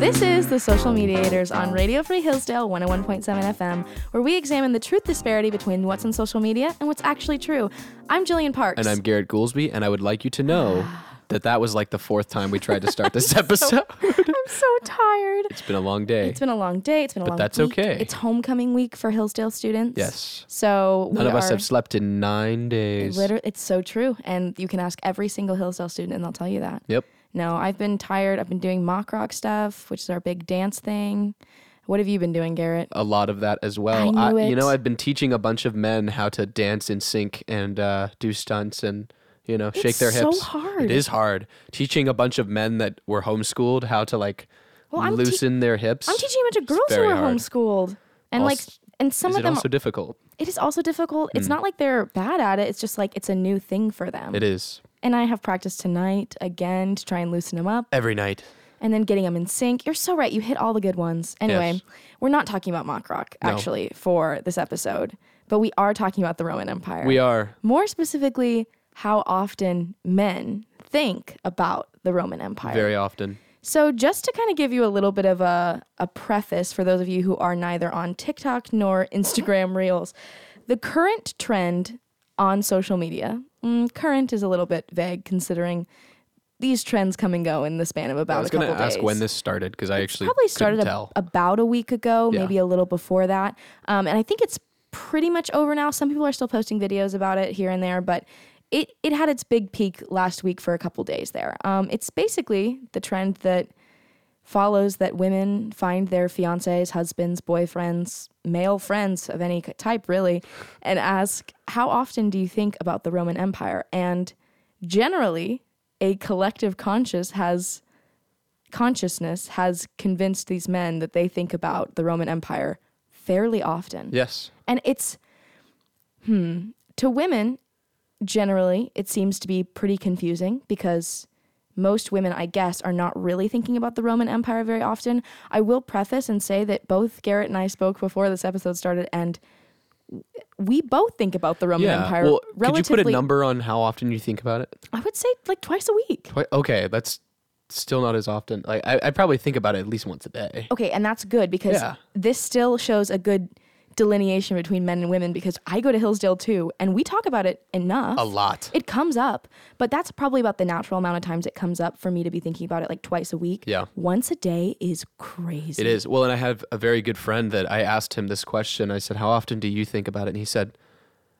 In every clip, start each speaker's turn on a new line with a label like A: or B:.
A: This is The Social Mediators on Radio Free Hillsdale 101.7 FM, where we examine the truth disparity between what's on social media and what's actually true. I'm Jillian Parks.
B: And I'm Garrett Goolsby, and I would like you to know that that was like the fourth time we tried to start this episode.
A: I'm so tired.
B: it's been a long day.
A: It's been a long day. It's been a
B: But
A: long
B: that's
A: week.
B: okay.
A: It's homecoming week for Hillsdale students.
B: Yes.
A: So
B: None
A: we
B: of us
A: are
B: have slept in nine days.
A: liter- it's so true. And you can ask every single Hillsdale student and they'll tell you that.
B: Yep.
A: No, I've been tired. I've been doing mock rock stuff, which is our big dance thing. What have you been doing, Garrett?
B: A lot of that as well.
A: I knew
B: You know,
A: it.
B: I've been teaching a bunch of men how to dance in sync and uh, do stunts and, you know, shake their
A: so
B: hips.
A: hard.
B: It is hard. Teaching a bunch of men that were homeschooled how to like
A: Well, I'm te-
B: loosen their hips.
A: I'm teaching a bunch of girls who
B: very
A: are
B: hard.
A: homeschooled. And like
B: Also-
A: and some
B: is
A: of
B: it
A: them
B: also difficult?
A: it is also difficult. It's not like they're bad at it. It's just like it's a new thing for them.
B: Hmm. It is.
A: And I have practice tonight again to try and loosen them up
B: Every night.
A: and then getting them in sync. You're so right. You hit all the good ones. Anyway,
B: Yes.
A: we're not talking about mock rock actually for this episode, but we are talking about the Roman Empire.
B: We are.
A: More specifically, how often men think about the Roman Empire.
B: Very often.
A: So, just to kind of give you a little bit of a, a preface for those of you who are neither on TikTok nor Instagram Reels, the current trend on social media, mm, current is a little bit vague considering these trends come and go in the span of about
B: I was
A: a couple
B: going to ask
A: days.
B: when this started because I actually
A: probably started
B: couldn't
A: a-
B: tell.
A: about a week ago,
B: Yeah.
A: maybe a little before that. Um, and I think it's pretty much over now. Some people are still posting videos about it here and there, but it, it had its big peak last week for a couple days there. Um, it's basically the trend that follows that women find their fiancés, husbands, boyfriends, male friends of any k- type, really, and ask, How often do you think about the Roman Empire? And generally, a collective conscious has consciousness has convinced these men that they think about the Roman Empire fairly often.
B: yes.
A: And it's, hmm, to women, generally, it seems to be pretty confusing because most women, I guess, are not really thinking about the Roman Empire very often. I will preface and say that both Garrett and I spoke before this episode started, and w- we both think about the Roman
B: Yeah.
A: Empire
B: well, could you
A: relatively.
B: put a number on how often you think about it?
A: I would say like twice a week.
B: Twi- Okay, that's still not as often. Like I, I probably think about it at least once a day.
A: Okay, and that's good because
B: Yeah.
A: this still shows a good delineation between men and women because I go to Hillsdale too, and we talk about it enough.
B: A lot.
A: It comes up, but that's probably about the natural amount of times it comes up for me to be thinking about it like twice a week.
B: Yeah.
A: Once a day is crazy.
B: It is. Well, and I have a very good friend that I asked him this question. I said, "How often do you think about it?" And he said,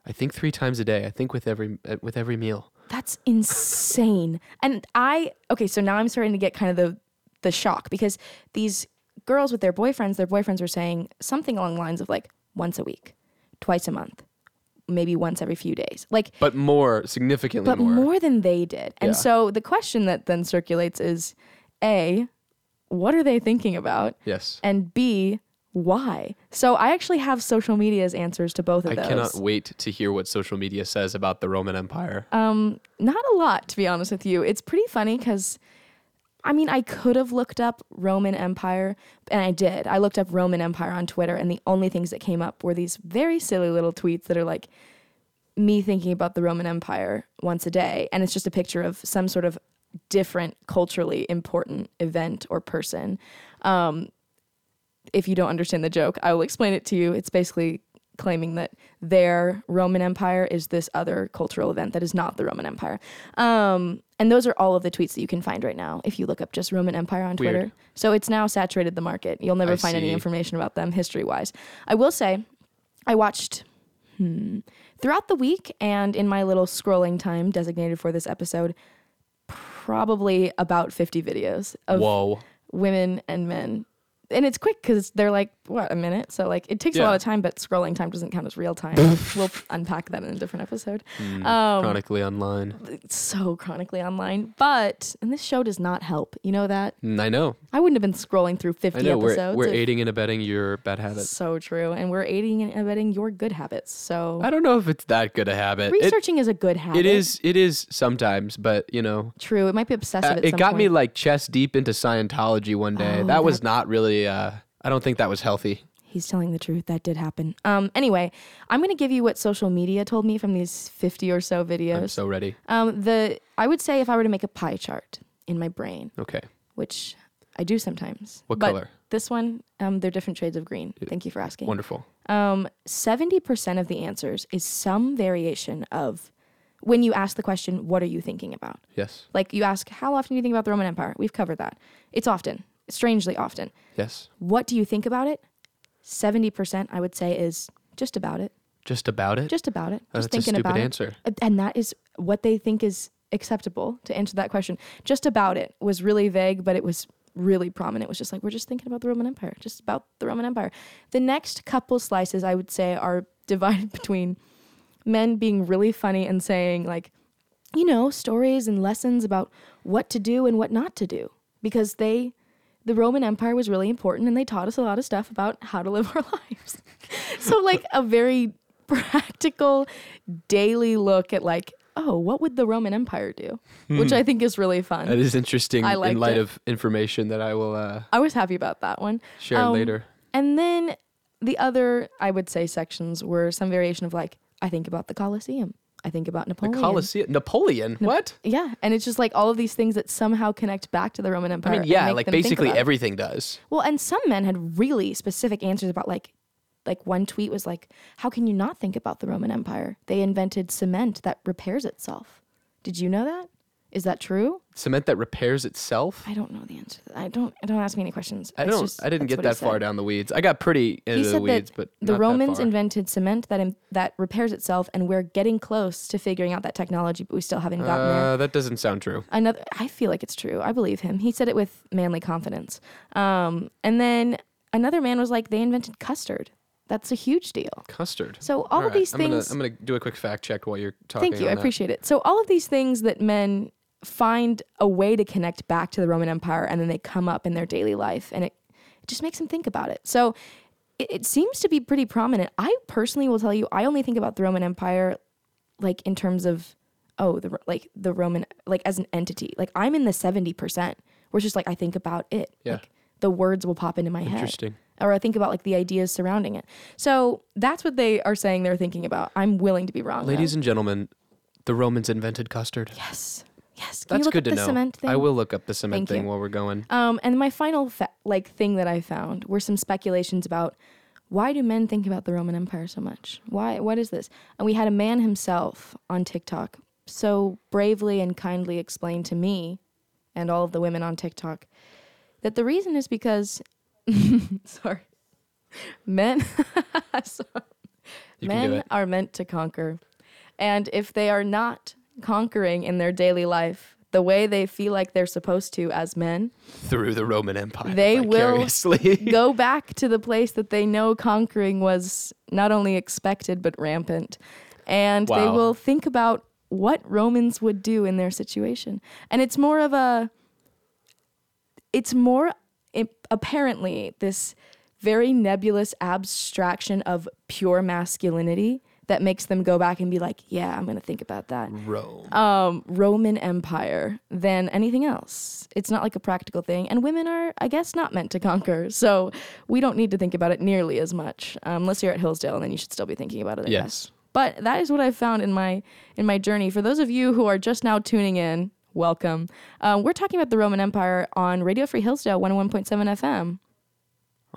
B: "I think 3 times a day. I think with every uh, with every meal."
A: That's insane. and I okay, so now I'm starting to get kind of the the shock because these girls with their boyfriends, their boyfriends were saying something along the lines of like once a week, twice a month, maybe once every few days. Like
B: But more, significantly
A: but more. than they did. And
B: Yeah.
A: so the question that then circulates is A, what are they thinking about?
B: Yes.
A: And B, why? So I actually have social media's answers to both of
B: I
A: those.
B: cannot wait to hear what social media says about the Roman Empire.
A: Not a lot, to be honest with you. It's pretty funny because. I mean, I could have looked up Roman Empire, and I did. I looked up Roman Empire on Twitter, and the only things that came up were these very silly little tweets that are like me thinking about the Roman Empire once a day. And it's just a picture of some sort of different, culturally important event or person. Um, if you don't understand the joke, I will explain it to you. It's basically claiming that their Roman Empire is this other cultural event that is not the Roman Empire. Um, and those are all of the tweets that you can find right now if you look up just Roman Empire on
B: Weird.
A: Twitter. So it's now saturated the market. You'll never
B: I
A: find any
B: see.
A: information about them history wise. I will say, I watched throughout the week and in my little scrolling time designated for this episode, probably about 50 videos of
B: Whoa.
A: women and men. And it's quick because they're like, what, a minute? So, like, it takes a
B: Yeah.
A: lot of time, but scrolling time doesn't count as real time. we'll unpack that in a different episode.
B: Mm, Chronically online.
A: It's so chronically online. But, and this show does not help. You know that?
B: Mm, I know.
A: I wouldn't have been scrolling through 50
B: I know we're
A: episodes.
B: we're
A: if-
B: aiding and abetting your bad habits.
A: so true. And we're aiding and abetting your good habits. So,
B: I don't know if it's that good a habit. It-
A: researching is a good habit.
B: it is it is sometimes, but you know,
A: True. It might be obsessive
B: Uh,
A: at
B: it
A: some
B: got me
A: point.
B: like chest deep into Scientology one day.
A: Oh,
B: that,
A: that-
B: was not really. Uh, I don't think that was healthy.
A: He's telling the truth. That did happen. Um, anyway, I'm going to give you what social media told me from these 50 or so videos.
B: I'm so ready.
A: Um, the I would say if I were to make a pie chart in my brain,
B: Okay,
A: which I do sometimes.
B: What
A: But
B: color?
A: This one, um, they're different shades of green. Thank you for asking.
B: Wonderful.
A: Um, 70% of the answers is some variation of when you ask the question, what are you thinking about?
B: Yes.
A: Like you ask, how often do you think about the Roman Empire? We've covered that. It's often, strangely often.
B: Yes.
A: What do you think about it? 70%, I would say, is just about it.
B: Just about it.
A: Just about it.
B: Oh,
A: just
B: that's a
A: thinking
B: stupid
A: about it.
B: answer.
A: A- And that is what they think is acceptable to answer that question. Just about it was really vague, but it was really prominent. It was just like, we're just thinking about the Roman Empire, just about the Roman Empire. The next couple slices, I would say, are divided between men being really funny and saying, like, you know, stories and lessons about what to do and what not to do because they. The Roman Empire was really important and they taught us a lot of stuff about how to live our lives. so like a very practical daily look at like oh what would the roman empire do which i think is really fun
B: Hmm. That is interesting
A: I
B: in
A: liked
B: light
A: it.
B: of information that I will uh,
A: i was happy about that one
B: share
A: Um,
B: later.
A: and then the other i would say sections were some variation of like i think about the colosseum i think about
B: The
A: napoleon
B: Colosseum. Napoleon. what?
A: yeah and it's just like all of these things that somehow connect back to the roman empire
B: I mean,
A: and
B: yeah,
A: make
B: like
A: them think
B: basically
A: about it.
B: everything does.
A: Well, and some men had really specific answers about like like one tweet was like, "How can you not think about the Roman Empire? They invented cement that repairs itself. Did you know that? Is that true?
B: Cement that repairs itself.
A: I don't know the answer. to that. I don't. Don't ask me any questions.
B: I
A: It's
B: don't.
A: just-
B: I didn't
A: that's
B: get
A: what he
B: that far
A: said.
B: down the weeds. I got pretty into
A: He
B: the
A: said
B: weeds,
A: that
B: but
A: the
B: not that
A: Romans
B: far.
A: invented cement that in, that repairs itself, and we're getting close to figuring out that technology, but we still haven't gotten there.
B: Uh, that doesn't sound true.
A: another i feel like it's true i believe him he said it with manly confidence um, and then another man was like they invented custard that's a huge deal
B: Custard.
A: so all, of
B: right,
A: these
B: I'm
A: things
B: Gonna, I'm gonna do a quick fact check while you're talking.
A: thank you
B: on
A: i
B: that.
A: appreciate it so all of these things that men find a way to connect back to the roman empire and then they come up in their daily life and it, it just makes them think about it so it, it seems to be pretty prominent i personally will tell you i only think about the roman empire like in terms of oh the Ro- like the roman like as an entity like i'm in the 70% where it's just like i think about it
B: Yeah.
A: like the words will pop into my head
B: Interesting.
A: or i think about like the ideas surrounding it so that's what they are saying they're thinking about i'm willing to be wrong though.
B: Ladies and gentlemen, the Romans invented custard.
A: Yes. Yes. Can you
B: That's
A: look
B: good
A: up
B: to
A: the
B: know.
A: Cement thing?
B: I will look up the cement
A: Thank
B: thing
A: you.
B: while we're going.
A: Um, and my final fa- like thing that I found were some speculations about why do men think about the Roman Empire so much? Why? What is this? And we had a man himself on TikTok so bravely and kindly explain to me and all of the women on TikTok that the reason is because sorry, men. sorry
B: You
A: men
B: can do it.
A: are meant to conquer. And if they are not conquering in their daily life the way they feel like they're supposed to as men,
B: Through the Roman Empire.
A: They will
B: vicariously.
A: go back to the place that they know conquering was not only expected but rampant. And they
B: Wow.
A: will think about what Romans would do in their situation. And it's more of a it's more i- apparently this very nebulous abstraction of pure masculinity that makes them go back and be like, yeah, I'm going to think about that
B: Rome.
A: um, Roman Empire than anything else. It's not like a practical thing, and women are, I guess, not meant to conquer. So we don't need to think about it nearly as much, um, unless you're at Hillsdale, and then you should still be thinking about it. I
B: Yes.
A: guess. But that is what I found in my in my journey. For those of you who are just now tuning in, welcome. Um, we're talking about the Roman Empire on Radio Free Hillsdale 101.7 FM.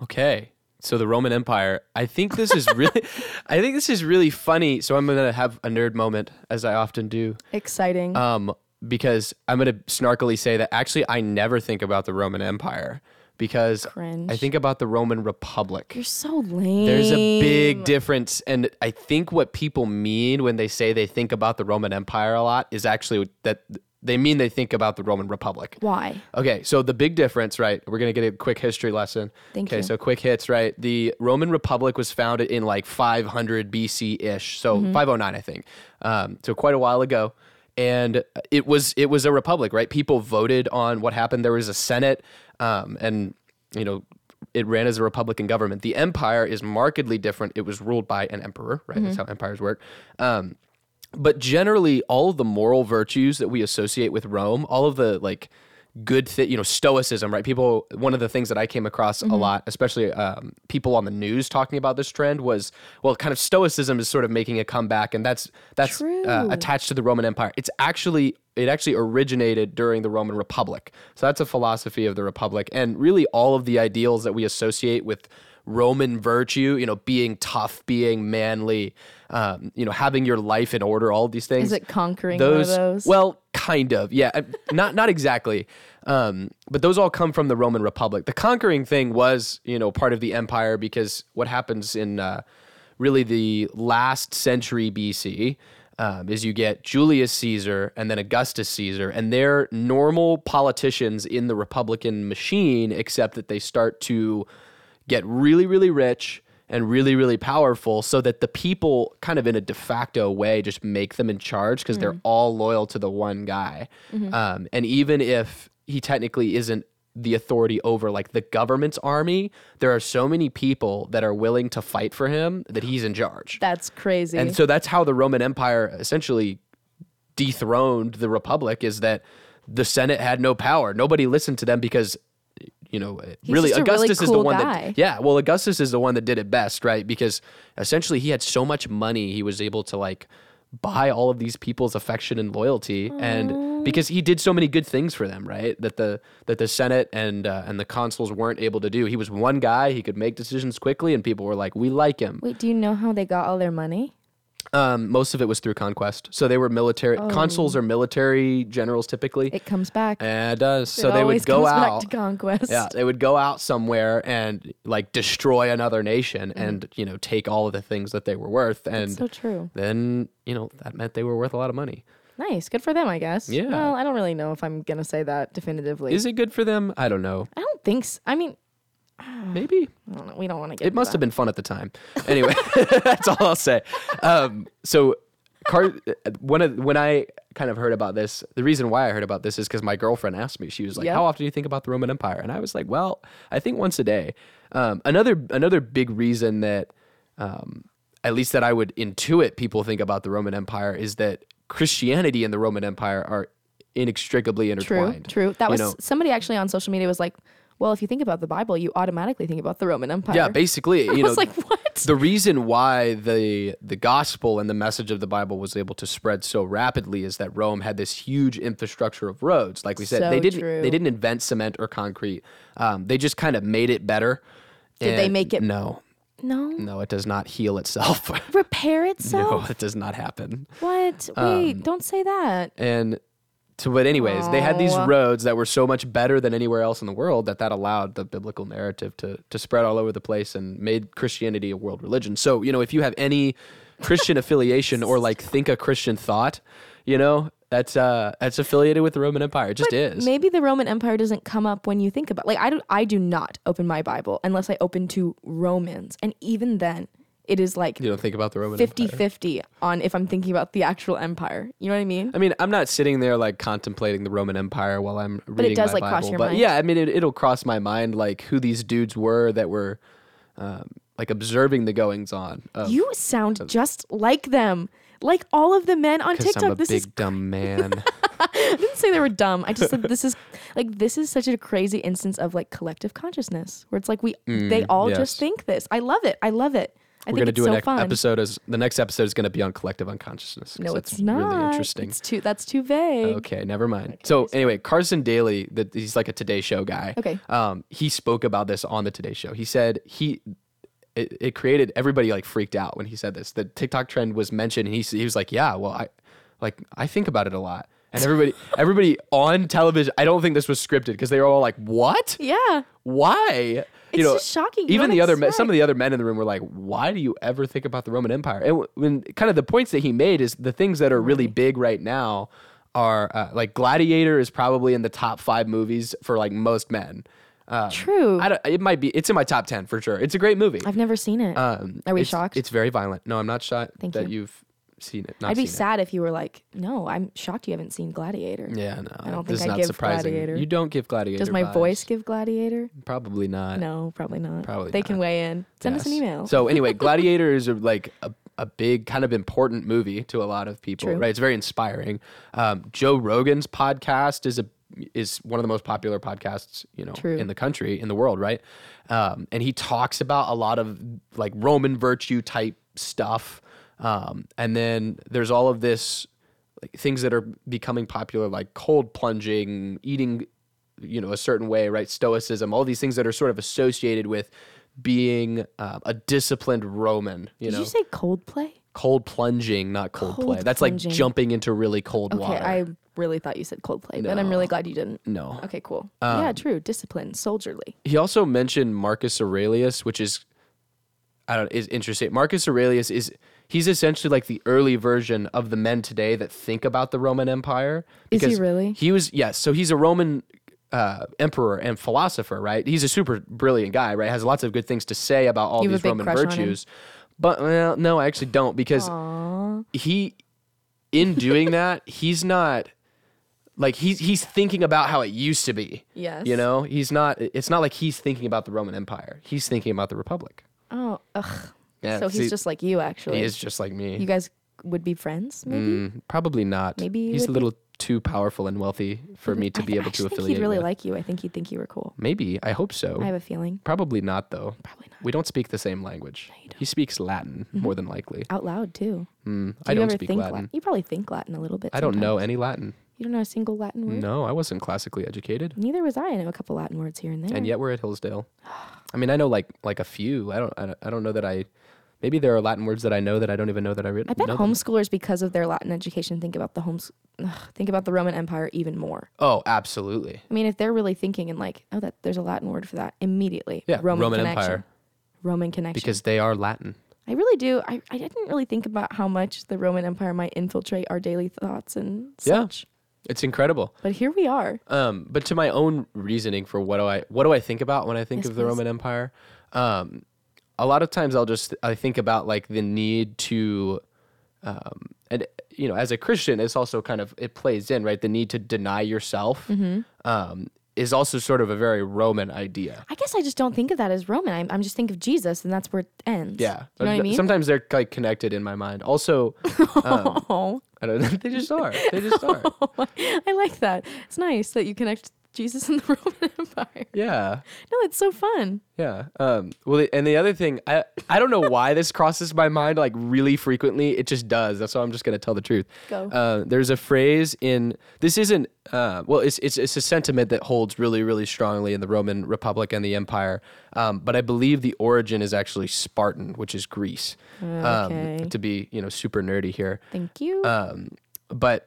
B: Okay. So the Roman Empire. I think this is really I think this is really funny. So I'm gonna have a nerd moment, as I often do.
A: Exciting.
B: Um, because I'm gonna snarkily say that actually I never think about the Roman Empire because
A: Cringe.
B: I think about the Roman Republic.
A: You're so lame.
B: There's a big difference. And I think what people mean when they say they think about the Roman Empire a lot is actually that they mean they think about the Roman Republic.
A: Why?
B: Okay, so the big difference, right? We're gonna get a quick history lesson.
A: Thank
B: okay,
A: you.
B: so quick hits, right? The Roman Republic was founded in like 500 BC ish, so
A: Mm-hmm.
B: 509, I think. Um, so quite a while ago, and it was it was a republic, right? People voted on what happened. There was a senate, um, and you know. It ran as a republican government. The empire is markedly different. It was ruled by an emperor, right? That's
A: Mm-hmm.
B: how empires work. Um, but generally all of the moral virtues that we associate with Rome, all of the like good thing, you know, stoicism, right? People, one of the things that I came across a lot, especially um, people on the news talking about this trend, was well, kind of stoicism is sort of making a comeback, and that's that's uh,
A: True.
B: attached to the Roman Empire. It's actually it actually originated during the Roman Republic, so that's a philosophy of the Republic, and really all of the ideals that we associate with Roman virtue, you know, being tough, being manly, um, you know, having your life in order, all of these things.
A: Is it conquering one of those?
B: Well, kind of. Yeah, I- not not exactly. Um, but those all come from the Roman Republic. The conquering thing was, you know, part of the empire because what happens in uh, really the last century BC um, is you get Julius Caesar and then Augustus Caesar, and they're normal politicians in the Republican machine, except that they start to get really, really rich and really, really powerful so that the people, kind of in a de facto way, just make them in charge because they're all loyal to the one guy. Um, and even if he technically isn't the authority over like the government's army, there are so many people that are willing to fight for him that he's in charge.
A: That's crazy.
B: And so that's how the Roman Empire essentially dethroned the Republic is that the Senate had no power. Nobody listened to them because you know, really
A: just a really
B: Augustus is the
A: cool
B: one
A: guy.
B: that Yeah, well Augustus is the one that did it best, right? Because essentially he had so much money, he was able to like buy all of these people's affection and loyalty and because he did so many good things for them, right? That the that the Senate and uh, and the consuls weren't able to do. He was one guy, he could make decisions quickly and people were like, "We like him."
A: Wait, do you know how they got all their money?
B: Um, most of it was through conquest. So they were military. Consuls are military generals typically.
A: Oh. It comes back.
B: and it does. So
A: it
B: they
A: always
B: would go
A: comes
B: out.
A: back to conquest.
B: Yeah, they would go out somewhere and like destroy another nation and you know take all of the things that they were worth, and
A: Mm. So true.
B: then you know that meant they were worth a lot of money.
A: Nice. Good for them, I guess.
B: Yeah.
A: Well, I don't really know if I'm going to say that definitively.
B: Is it good for them? I don't know.
A: I don't think so. I mean, Ah.
B: Maybe
A: I don't know. We don't want to get
B: it must have been fun at the time. Anyway, that's all I'll say. Um, so, car, one of when I kind of heard about this, the reason why I heard about this is because my girlfriend asked me. She was like,
A: Yeah.
B: "How often do you think about the Roman Empire?" And I was like, "Well, I think once a day." Um, another another big reason that, um, at least that I would intuit people think about the Roman Empire is that Christianity and the Roman Empire are inextricably
A: True.
B: intertwined.
A: True. That
B: You
A: was
B: know?
A: somebody actually on social media was like, well, if you think about the Bible, you automatically think about the Roman Empire.
B: Yeah, basically, you
A: I
B: know,
A: was like, what?
B: the reason why the the gospel and the message of the Bible was able to spread so rapidly is that Rome had this huge infrastructure of roads. Like we said,
A: So
B: they didn't
A: true.
B: they didn't invent cement or concrete. Um, they just kind of made it better.
A: Did they make it-
B: No,
A: No.
B: no, it does not heal itself.
A: Repair
B: no,
A: itself?
B: it does not happen.
A: What?
B: Um,
A: Wait, don't say that.
B: And to but anyways, they had these
A: Aw.
B: roads that were so much better than anywhere else in the world that that allowed the biblical narrative to to spread all over the place and made Christianity a world religion. So you know, if you have any Christian affiliation or like think a Christian thought, you know. That's uh, that's affiliated with the Roman Empire. It just is.
A: Maybe the Roman Empire doesn't come up when you think about. Like I do, I do not open my Bible unless I open to Romans, and even then, it is like
B: you don't think about the Roman
A: 50
B: Empire.
A: 50 on if I'm thinking about the actual empire. You know what I mean?
B: I mean, I'm not sitting there like contemplating the Roman Empire while I'm reading
A: does,
B: my
A: like,
B: Bible,
A: cross your
B: but
A: mind.
B: yeah, I mean, it, it'll cross my mind like who these dudes were that were um, like observing the goings on. Of,
A: You sound just like them. Like all of the men on
B: Because
A: TikTok.
B: I'm a
A: this
B: big
A: is
B: dumb man.
A: I didn't say they were dumb. I just said this is like this is such a crazy instance of like collective consciousness where it's like we they all
B: Mm, yes.
A: just think this. I love it. I love it. I
B: We're
A: think
B: gonna
A: it's
B: do
A: so
B: an ex-
A: fun.
B: episode. Is the next episode is gonna be on collective unconsciousness? 'cause
A: no,
B: that's
A: it's not.
B: Really interesting.
A: It's too that's too vague.
B: Okay, never mind. so anyway, Carson Daly, that he's like a Today Show guy.
A: Okay.
B: Um, he spoke about this on the Today Show. He said he. It, it created everybody like freaked out when he said this. The TikTok trend was mentioned. And he s- he was like, yeah, well, I like I think about it a lot. And everybody, everybody on television, I don't think this was scripted because they were all like, what?
A: Yeah.
B: why?
A: It's just shocking. You
B: even
A: don't
B: the other men, some of the other men in the room were like, "Why do you ever think about the Roman Empire?" And w- when kind of the points that he made is the things that are really big right now are uh, like Gladiator is probably in the top five movies for like most men. Um,
A: True.
B: I don't, it might be. It's in my top ten for sure. It's a great movie.
A: I've never seen it.
B: um,
A: Are we
B: it's-
A: shocked?
B: It's very violent. No, I'm not shocked
A: Thank
B: that
A: you.
B: have seen it. Not
A: I'd be
B: seen
A: sad if you were like, no, I'm shocked you haven't seen Gladiator.
B: It. Yeah, no, I
A: don't think
B: this is
A: I
B: not
A: give
B: surprising.
A: Gladiator.
B: You don't give Gladiator.
A: Does my
B: vibes.
A: voice give Gladiator?
B: Probably not.
A: No, probably not.
B: Probably
A: They can
B: not.
A: weigh in. Send us an
B: Yes.
A: email.
B: So anyway, Gladiator is a, like a, a big kind of important movie to a lot of people,
A: True.
B: right? It's very inspiring. Um, Joe Rogan's podcast is a is one of the most popular podcasts, you know,
A: True.
B: in the country, in the world, right? Um, and he talks about a lot of like Roman virtue type stuff. Um, and then there's all of this like things that are becoming popular, like cold plunging, eating, you know, a certain way, right? Stoicism, all these things that are sort of associated with being uh, a disciplined Roman. You
A: Did
B: know,
A: you say Coldplay?
B: cold plunging, not cold,
A: Cold
B: play. That's
A: plunging.
B: like jumping into really cold
A: Okay,
B: water.
A: I really thought you said Coldplay, but I'm really glad you didn't.
B: no. Um,
A: Okay, cool. yeah, true. Discipline, soldierly.
B: He also mentioned Marcus Aurelius, which is I don't is interesting. Marcus Aurelius is he's essentially like the early version of the men today that think about the Roman Empire.
A: Is he
B: because
A: really?
B: He was yes. So he's a Roman uh, emperor and philosopher, right? He's a super brilliant guy, right? Has lots of good things to say about all
A: You have a
B: these
A: big
B: Roman
A: crush on him?
B: virtues. But well, no, I actually don't because he in doing that he's not like he's he's thinking about how it used to be.
A: Yes.
B: You know, he's not. It's not like he's thinking about the Roman Empire. He's thinking about the Republic.
A: Oh, ugh.
B: Yeah,
A: so he's
B: see,
A: just like you, actually.
B: He is just like
A: You
B: me.
A: guys would be friends, maybe.
B: Mm, probably not.
A: Maybe you
B: he's
A: would
B: a little too powerful and wealthy for me to
A: I
B: be
A: th-
B: able
A: actually
B: to affiliate.
A: think he'd really
B: with. Oh.
A: like you. I think he'd think you were cool.
B: Maybe I hope so.
A: I have a feeling.
B: probably not though.
A: Probably not.
B: We don't speak the same language. He speaks Latin more than likely.
A: Out loud too.
B: Mm,
A: Mm-hmm. Do
B: I
A: you
B: don't
A: ever
B: speak
A: think
B: Latin.
A: You probably think Latin a little bit.
B: I don't know
A: sometimes.
B: any Latin.
A: You don't know a single Latin word.
B: No, I wasn't classically educated,
A: Neither was I. I know a couple Latin words here and there.
B: and yet we're at Hillsdale. I mean, I know like like a few. I don't. I don't, I don't know that I. Maybe there are Latin words that I know that I don't even know that I read.
A: I bet
B: know them.
A: homeschoolers, because of their Latin education, think about the homes, ugh, think about the Roman Empire even more.
B: Oh, absolutely.
A: I mean, if they're really thinking and like, oh, that there's a Latin word for that, immediately.
B: Yeah, Roman
A: connection.
B: Empire.
A: Roman connection.
B: Because they are Latin.
A: I really do. I, I didn't really think about how much the Roman Empire might infiltrate our daily thoughts and
B: Yeah.
A: such.
B: It's incredible.
A: But here we are.
B: Um, but to my own reasoning for what do I what do I think about when I think
A: Yes,
B: of the
A: please.
B: Roman Empire? Um, a lot of times I'll just I think about like the need to, um, and you know, as a Christian, it's also kind of it plays in right the need to deny yourself.
A: Mm-hmm.
B: Um, is also sort of a very Roman idea.
A: I guess I just don't think of that as Roman. I'm, I'm just think of Jesus, and that's where it ends.
B: Yeah,
A: You know what I mean?
B: sometimes they're like connected in my mind. Also,
A: oh,
B: I don't know. They just are. They just are.
A: I like that. It's nice that you connect Jesus and the Roman Empire.
B: Yeah.
A: No, it's so fun.
B: Yeah. Um, well, the- and the other thing, I I don't know why this crosses my mind like really frequently. It just does. That's why I'm just gonna tell the truth.
A: Go.
B: Uh, there's a phrase in this isn't uh, well, it's, it's it's a sentiment that holds really really strongly in the Roman Republic and the Empire, um, but I believe the origin is actually Spartan, which is Greece.
A: Okay.
B: Um, to be you know super nerdy here,
A: Thank you.
B: um, but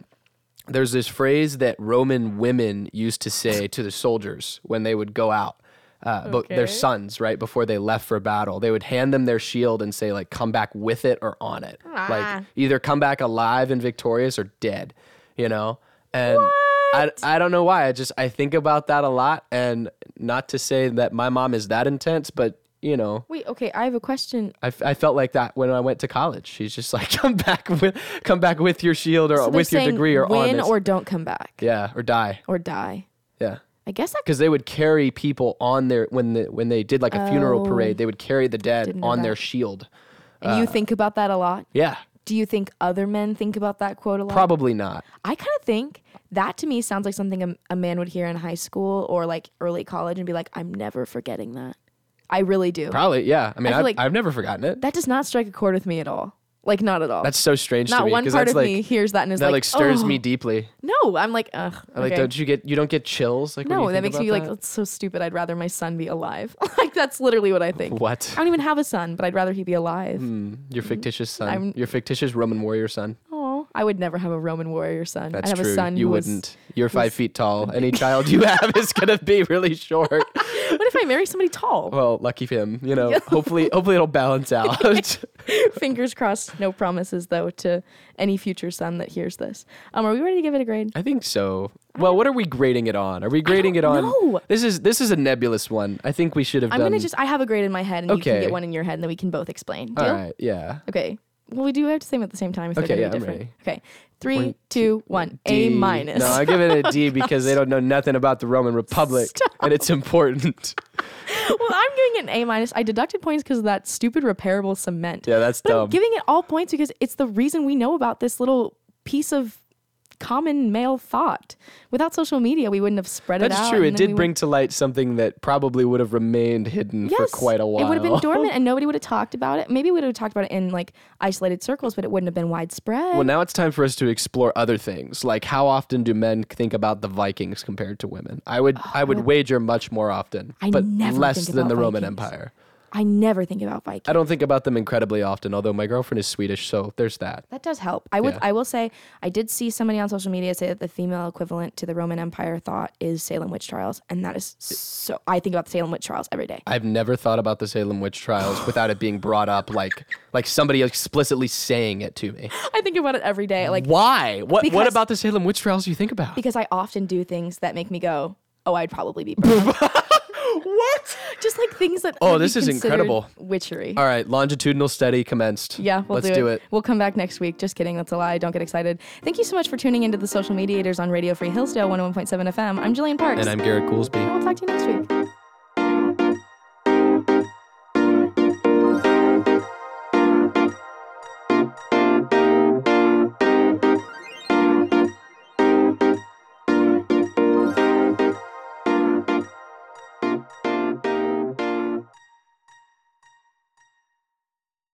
B: there's this phrase that Roman women used to say to the soldiers when they would go out. Uh, But their
A: Okay.
B: sons, right before they left for battle, they would hand them their shield and say, like, "Come back with it or on it,
A: Ah.
B: like either come back alive and victorious or dead," you know. And I, I don't know why. I just I think about that a lot, and not to say that my mom is that intense, but you know,
A: Wait, okay, I have a question.
B: I, I felt like that when I went to college. She's just like, come back with, come back with your shield or
A: So they're
B: Uh, with your
A: saying
B: degree or on
A: win
B: this.
A: or don't come back
B: yeah, or die.
A: or die.
B: Yeah,
A: I guess I
B: because they would carry people on their when the when they did like a funeral
A: Oh.
B: parade, they would carry the dead
A: Didn't know
B: on
A: that.
B: their shield.
A: and
B: Uh,
A: you think about that a lot.
B: Yeah,
A: Do you think other men think about that quote a lot?
B: probably not.
A: I kind of think that to me sounds like something a, a man would hear in high school or like early college and be like, I'm never forgetting that. I really do.
B: Probably, yeah. I mean,
A: I feel
B: I've,
A: like-
B: I've never forgotten it.
A: that does not strike a chord with me at all. Like, not at all.
B: That's so strange to
A: not
B: me
A: one
B: because
A: part
B: that's
A: of
B: like
A: me hears that and is
B: that
A: like,
B: like, stirs
A: oh,
B: me deeply.
A: No, I'm like, ugh.
B: I'm Like,
A: okay.
B: don't you get you don't get chills? Like, when
A: no,
B: you
A: that
B: think
A: makes
B: about
A: me like,
B: that?
A: that's so stupid. I'd rather my son be alive. like, that's literally what I think.
B: what?
A: I don't even have a son, but I'd rather he be alive.
B: Mm, your fictitious son,
A: I'm-
B: your fictitious Roman warrior son.
A: Oh, I would never have a Roman warrior son.
B: That's
A: I'd have
B: true.
A: a son
B: you
A: who was-
B: wouldn't. You're five feet tall. Any child you have is gonna be really short.
A: what if I marry somebody tall?
B: Well, lucky for him. You know, hopefully, hopefully it'll balance out.
A: Fingers crossed. No promises though to any future son that hears this. Um, are we ready to give it a grade?
B: I think so. Well, what are we grading it on? Are we grading it on?
A: know.
B: This is this is a nebulous one. I think we should have
A: I'm
B: done.
A: gonna just. I have a grade in my head, and you can
B: Okay.
A: get one in your head, and then we can both explain.
B: all
A: Deal?
B: right. Yeah.
A: Okay. Well, we do have to say them at the same time if
B: Okay,
A: they're
B: yeah,
A: gonna
B: I'm
A: be different.
B: ready.
A: Okay. Three, two, one. A
B: D.
A: minus.
B: No, I give it a D because they don't know nothing about the Roman Republic and it's important.
A: well, I'm giving it an A minus. I deducted points because of that stupid repairable cement.
B: Yeah, that's
A: But I'm
B: dumb.
A: giving it all points because it's the reason we know about this little piece of common male thought. Without social media, we wouldn't have spread it out.
B: That's true. It
A: and then we
B: did
A: would-
B: bring to light something that probably would have remained hidden for quite a while.
A: It would have been dormant and nobody would have talked about it. Maybe we would have talked about it in like isolated circles, but it wouldn't have been widespread.
B: Well, now it's time for us to explore other things, like how often do men think about the Vikings compared to women? I would, I would wager much more often,
A: Oh. I
B: but
A: never
B: less
A: think
B: than
A: about
B: the Roman
A: Vikings.
B: Empire.
A: I never think about Vikings.
B: I don't think about them incredibly often, although my girlfriend is Swedish, so there's that.
A: That does help. I would.
B: Yeah.
A: I will say. I did see somebody on social media say that the female equivalent to the Roman Empire thought is Salem witch trials, and that is so. I think about the Salem witch trials every day.
B: I've never thought about the Salem witch trials without it being brought up, like like somebody explicitly saying it to me.
A: I think about it every day, like
B: Why? What
A: Because-
B: What about the Salem witch trials? You think about
A: because I often do things that make me go, "Oh, I'd probably be." what? Just like things that.
B: Oh,
A: would be
B: this is
A: considered
B: incredible.
A: Witchery.
B: All right, longitudinal study commenced.
A: Yeah, we'll
B: let's
A: do, it.
B: it.
A: We'll come back next week. Just kidding. That's a lie. Don't get excited. Thank you so much for tuning into oh the Social Mediators on Radio Free Hillsdale 101.7 FM. I'm Jillian Parks.
B: And I'm Garrett Goolsby.
A: and we'll talk to you next week.